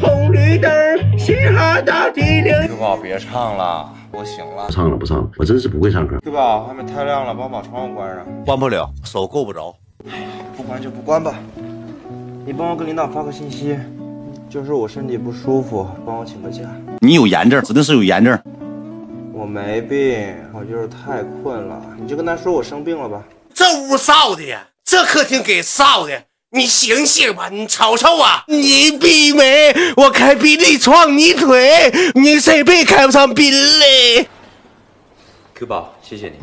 红绿灯，嘻哈大提溜。刘宝，别唱了，我醒了，唱了不唱了，我真是不会唱歌。对吧？外面太亮了，帮我把窗户关上。关不了，手够不着。不关就不关吧。你帮我给领导发个信息，就是我身体不舒服，帮我请个假。你有炎症，指定是有炎症。我没病，我就是太困了。你就跟他说我生病了吧。这屋烧的呀，这客厅给烧的，你醒醒吧，你瞅瞅啊，你闭眉，我开宾利撞你腿，你谁被开不上宾利？ Q 宝，谢谢你。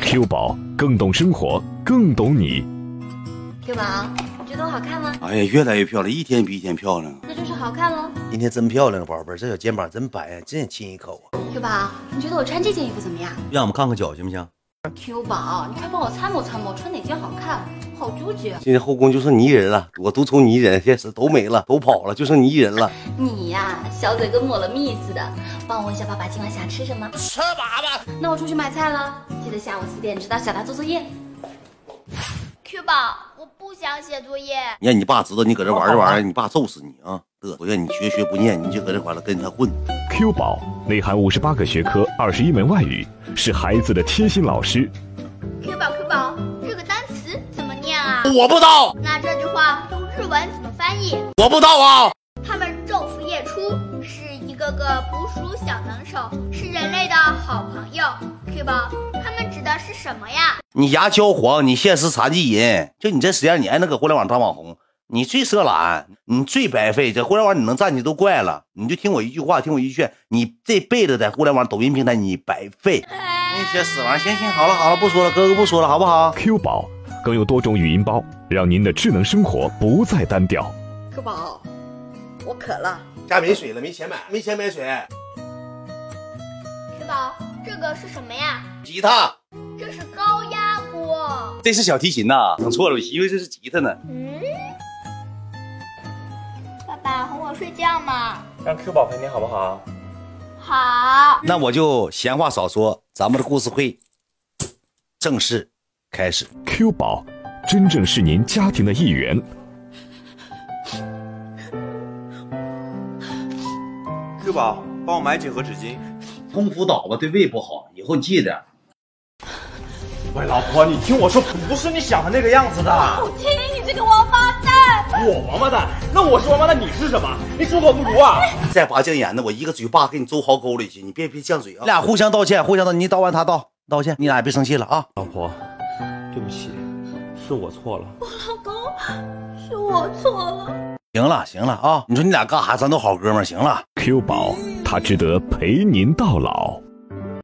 Q 宝更懂生活，更懂你。 Q 宝，你觉得我啊好看吗？哎呀，越来越漂亮，一天比一天漂亮。那就是好看哦喽。今天真漂亮，宝贝儿，这小肩膀真白，真想亲一口啊！ Q 宝，你觉得我穿这件衣服怎么样让我们看看脚行不行？ ？Q 宝，你快帮我参谋参谋，我穿哪件好看？好纠结。现在后宫就剩你一人了，我独宠你一人，现在都没了，都跑了，就剩你一人了。你呀、小嘴跟抹了蜜似的。帮我问一下爸爸今晚想吃什么？吃粑粑。那我出去买菜了，记得下午四点指导小达做作业。 Q 宝，我不想写作业。你让你爸知道你搁这玩这 玩意儿，你爸揍死你啊！得，我让你学学不念，你就搁这完了跟他混。 Q 宝内含五十八个学科，二十一门外语，是孩子的贴心老师。 Q 宝 Q 宝，这个单词怎么念啊？我不知道，那这句话用日文怎么翻译？我不知道啊！他们昼伏夜出，是一个个捕鼠小能手，是人类的好朋友。Q 宝，他们指的是什么呀？你牙焦黄，你现实残疾人，就你这实际上你还能搁互联网当网红，你最色懒，你最白费。在互联网你能站起都怪了，你就听我一句话，听我一句劝，你这辈子在互联网抖音平台你白费。那些死玩意儿，行行，好了好了，不说了，哥哥不说了，好不好？ Q 宝更有多种语音包，让您的智能生活不再单调。哥宝，我渴了。家没水了，没钱买，没钱买水。 Q 宝，这个是什么呀？吉他，这是高压锅。这是小提琴呐、整错了，我以为这是吉他呢。嗯，爸爸哄我睡觉嘛。让 Q 宝陪你好不好？好。 那我就闲话少说，咱们的故事会正式开始。 Q 宝真正是您家庭的一员。 Q 宝，帮我买几盒纸巾。空腹倒吧，对胃不好，以后你记着。喂，老婆，你听我说，不是你想的那个样子的。我听你这个王八蛋！我王八蛋？那我是王八蛋，你是什么？你猪狗不如啊！再拔犟眼的，我一个嘴巴给你揍壕沟里去！你别别犟嘴啊！俩互相道歉，互相道，你道完他道道歉，你俩也别生气了啊！老婆，对不起，是我错了。老公，是我错了。行了行了啊！你说你俩干啥？咱都好哥们儿，行了。 Q 宝，它值得陪您到老。